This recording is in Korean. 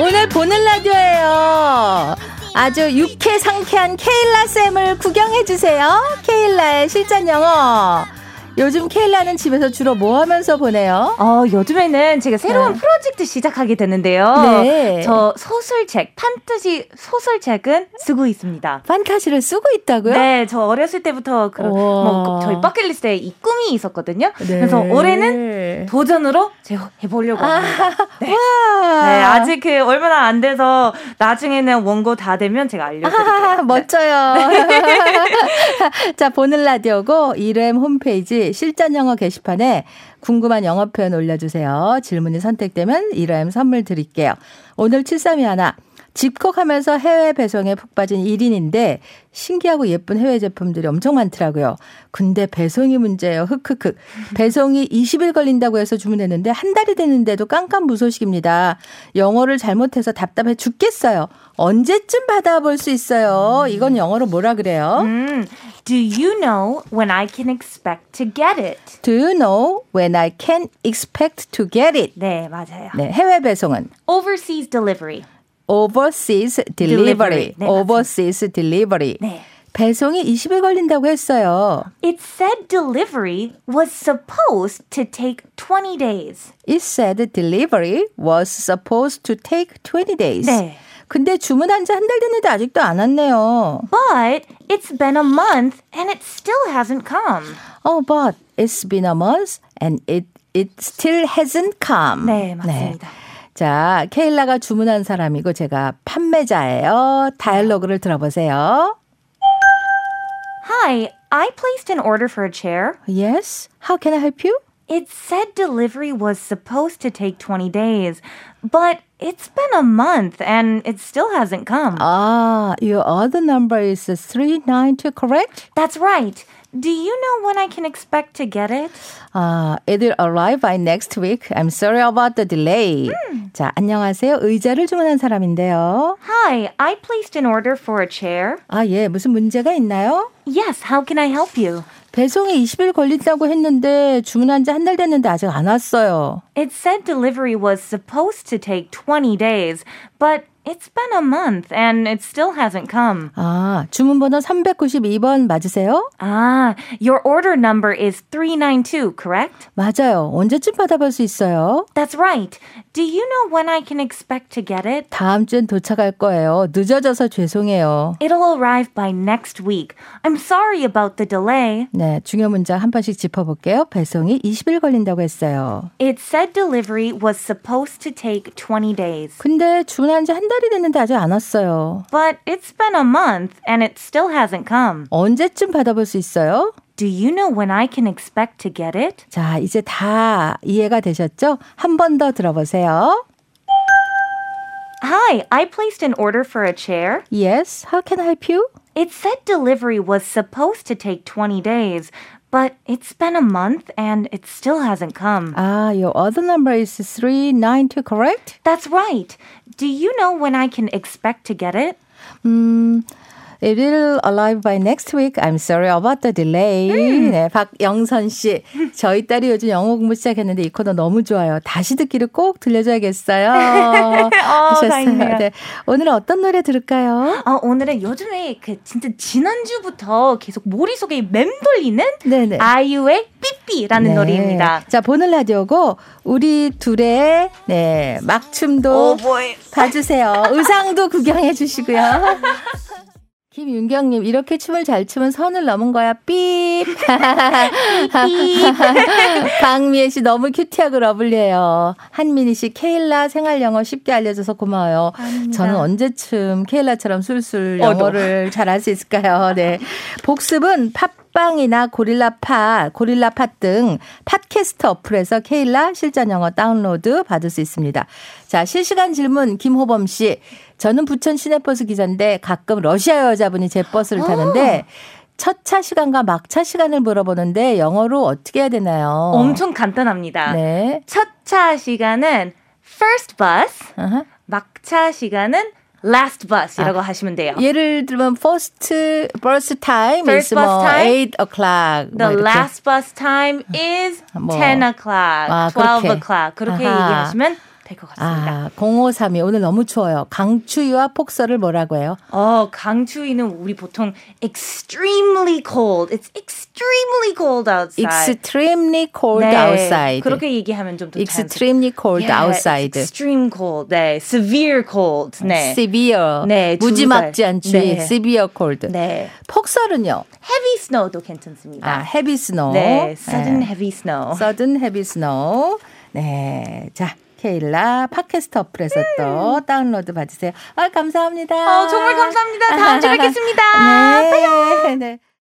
오늘 보는 라디오예요. 아주 유쾌 상쾌한 케일라 쌤을 구경해 주세요. 케일라의 실전 영어. 요즘 케일라는 집에서 주로 뭐 하면서 보내요? 어, 요즘에는 제가 새로운 네. 프로젝트 시작하게 됐는데요. 네. 저 소설책, 판타지 소설책은 쓰고 있습니다. 판타지를 쓰고 있다고요? 네, 저 어렸을 때부터 그런 우와. 뭐 저희 버킷리스트에 이 꿈이 있었거든요. 네. 그래서 올해는 도전으로 제가 해보려고 아, 합니다. 와. 네, 아직 그 얼마나 안 돼서 나중에는 원고 다 되면 제가 알려드릴게요. 아, 멋져요. 네. 자, 보는 라디오고 이름 홈페이지 실전 영어 게시판에 궁금한 영어 표현 올려주세요. 질문이 선택되면 이름 선물 드릴게요. 오늘 7321. 집콕하면서 해외 배송에 푹 빠진 1인인데 신기하고 예쁜 해외 제품들이 엄청 많더라고요. 근데 배송이 문제예요. 흑흑흑. 배송이 20일 걸린다고 해서 주문했는데 한 달이 됐는데도 깜깜무소식입니다. 영어를 잘못해서 답답해 죽겠어요. 언제쯤 받아볼 수 있어요? 이건 영어로 뭐라 그래요? 음, do you know when I can expect to get it? Do you know when I can expect to get it? 네, 맞아요. 네, 해외 배송은 Overseas delivery. overseas delivery. Delivery. 네, 맞습니다. overseas delivery. 네. 배송이 20일 걸린다고 했어요. It said delivery was supposed to take 20 days. It said delivery was supposed to take 20 days. 네. 근데 주문한 지 한 달 됐는데 아직도 안 왔네요. But it's been a month and it still hasn't come. Oh, but it's been a month and it it still hasn't come. 네, 맞습니다. 자, 케일라가 주문한 사람이고 제가 판매자예요. 다이얼로그를 들어보세요. Hi, I placed an order for a chair. Yes. How can I help you? It said delivery was supposed to take 20 days, but it's been a month and it still hasn't come. Oh. 아, your order number is 392, correct? That's right. Do you know when I can expect to get it? 아, it will arrive by next week. I'm sorry about the delay. 자, 안녕하세요. 의자를 주문한 사람인데요. Hi, I placed an order for a chair. 아, 예. 무슨 문제가 있나요? Yes, how can I help you? 배송이 20일 걸린다고 했는데 주문한 지 한 달 됐는데 아직 안 왔어요. It said delivery was supposed to take 20 days, but it's been a month and it still hasn't come. 아, 주문번호 392번 맞으세요? Ah, your order number is 392, correct? 맞아요. 언제쯤 받아볼 수 있어요? That's right. Do you know when I can expect to get it? 다음 주엔 도착할 거예요. 늦어져서 죄송해요. It'll arrive by next week. I'm sorry about the delay. 네, 중요 문장 한 번씩 짚어볼게요. 배송이 20일 걸린다고 했어요. It said delivery was supposed to take 20 days, 근데 주문한 지 한 달이 됐는데 아직 안 왔어요. but it's been a month and it still hasn't come. 언제쯤 받아볼 수 있어요? Do you know when I can expect to get it? 자, 이제 다 이해가 되셨죠? 한 번 더 들어보세요. Hi, I placed an order for a chair. Yes, how can I help you? It said delivery was supposed to take 20 days, but it's been a month and it still hasn't come. 아, your order number is 392, correct? That's right. Do you know when I can expect to get it? It will arrive by next week. I'm sorry about the delay. 네, 박영선 씨. 저희 딸이 요즘 영어 공부 시작했는데 이 코너 너무 좋아요. 다시 듣기를 꼭 들려줘야겠어요. 하셨어요. 아, 다행이네요. 네. 오늘은 어떤 노래 들을까요? 아, 오늘은 요즘에 그 진짜 지난주부터 계속 머릿속에 맴돌리는 네네. 아이유의 삐삐라는 네. 노래입니다. 자, 보는 라디오고 우리 둘의 네, 막춤도 어, 뭐예요? 봐주세요. 의상도 구경해 주시고요. 김윤경님, 이렇게 춤을 잘 추면 선을 넘은 거야. 삐. 박미애 씨 너무 큐티하고 러블리해요. 한민희 씨, 케일라 생활 영어 쉽게 알려줘서 고마워요. 저는 어, 언제쯤 케일라처럼 음, 술술 네. 어, 영어를 잘 할 수 있을까요? 네. 복습은 팟빵이나 고릴라팟, 고릴라팟 등 팟캐스트 어플에서 케일라 실전 영어 다운로드 받을 수 있습니다. 자, 실시간 질문 김호범 씨. 저는 부천 시내버스 기사인데 가끔 러시아 여자분이 제 버스를 타는데 첫 차 시간과 막차 시간을 물어보는데 영어로 어떻게 해야 되나요? 엄청 간단합니다. 네. 첫 차 시간은 first bus, 아하. 막차 시간은 last bus이라고 하시면 돼요. 아, 예를 들면 first first time 어? First is 뭐 bus time. 8 o'clock 뭐 The 이렇게. last bus time is 뭐. 10 o'clock, 아, 12 그렇게. o'clock. 그렇게 아하. 얘기하시면 될 것 같습니다. 아, 0532 오늘 너무 추워요. 강추위와 폭설을 뭐라고 해요? 어, 강추위는 우리 보통 extremely cold. It's extremely cold outside. Extremely cold 네, outside. 그렇게 얘기하면 좀더 extremely cold outside. extreme cold. 네, severe cold. 네. severe. 네, 무지막지한 주의가- 추위. 네. severe cold. 네. 폭설은요? heavy snow도 괜찮습니다. 아, heavy snow. 네, sudden 네. heavy snow. sudden heavy snow. 네. 자, 케일라 팟캐스트 어플에서 또 다운로드 받으세요. 아, 음. 감사합니다. 어, 정말 감사합니다. 다음 주에 뵙겠습니다. 네. 네.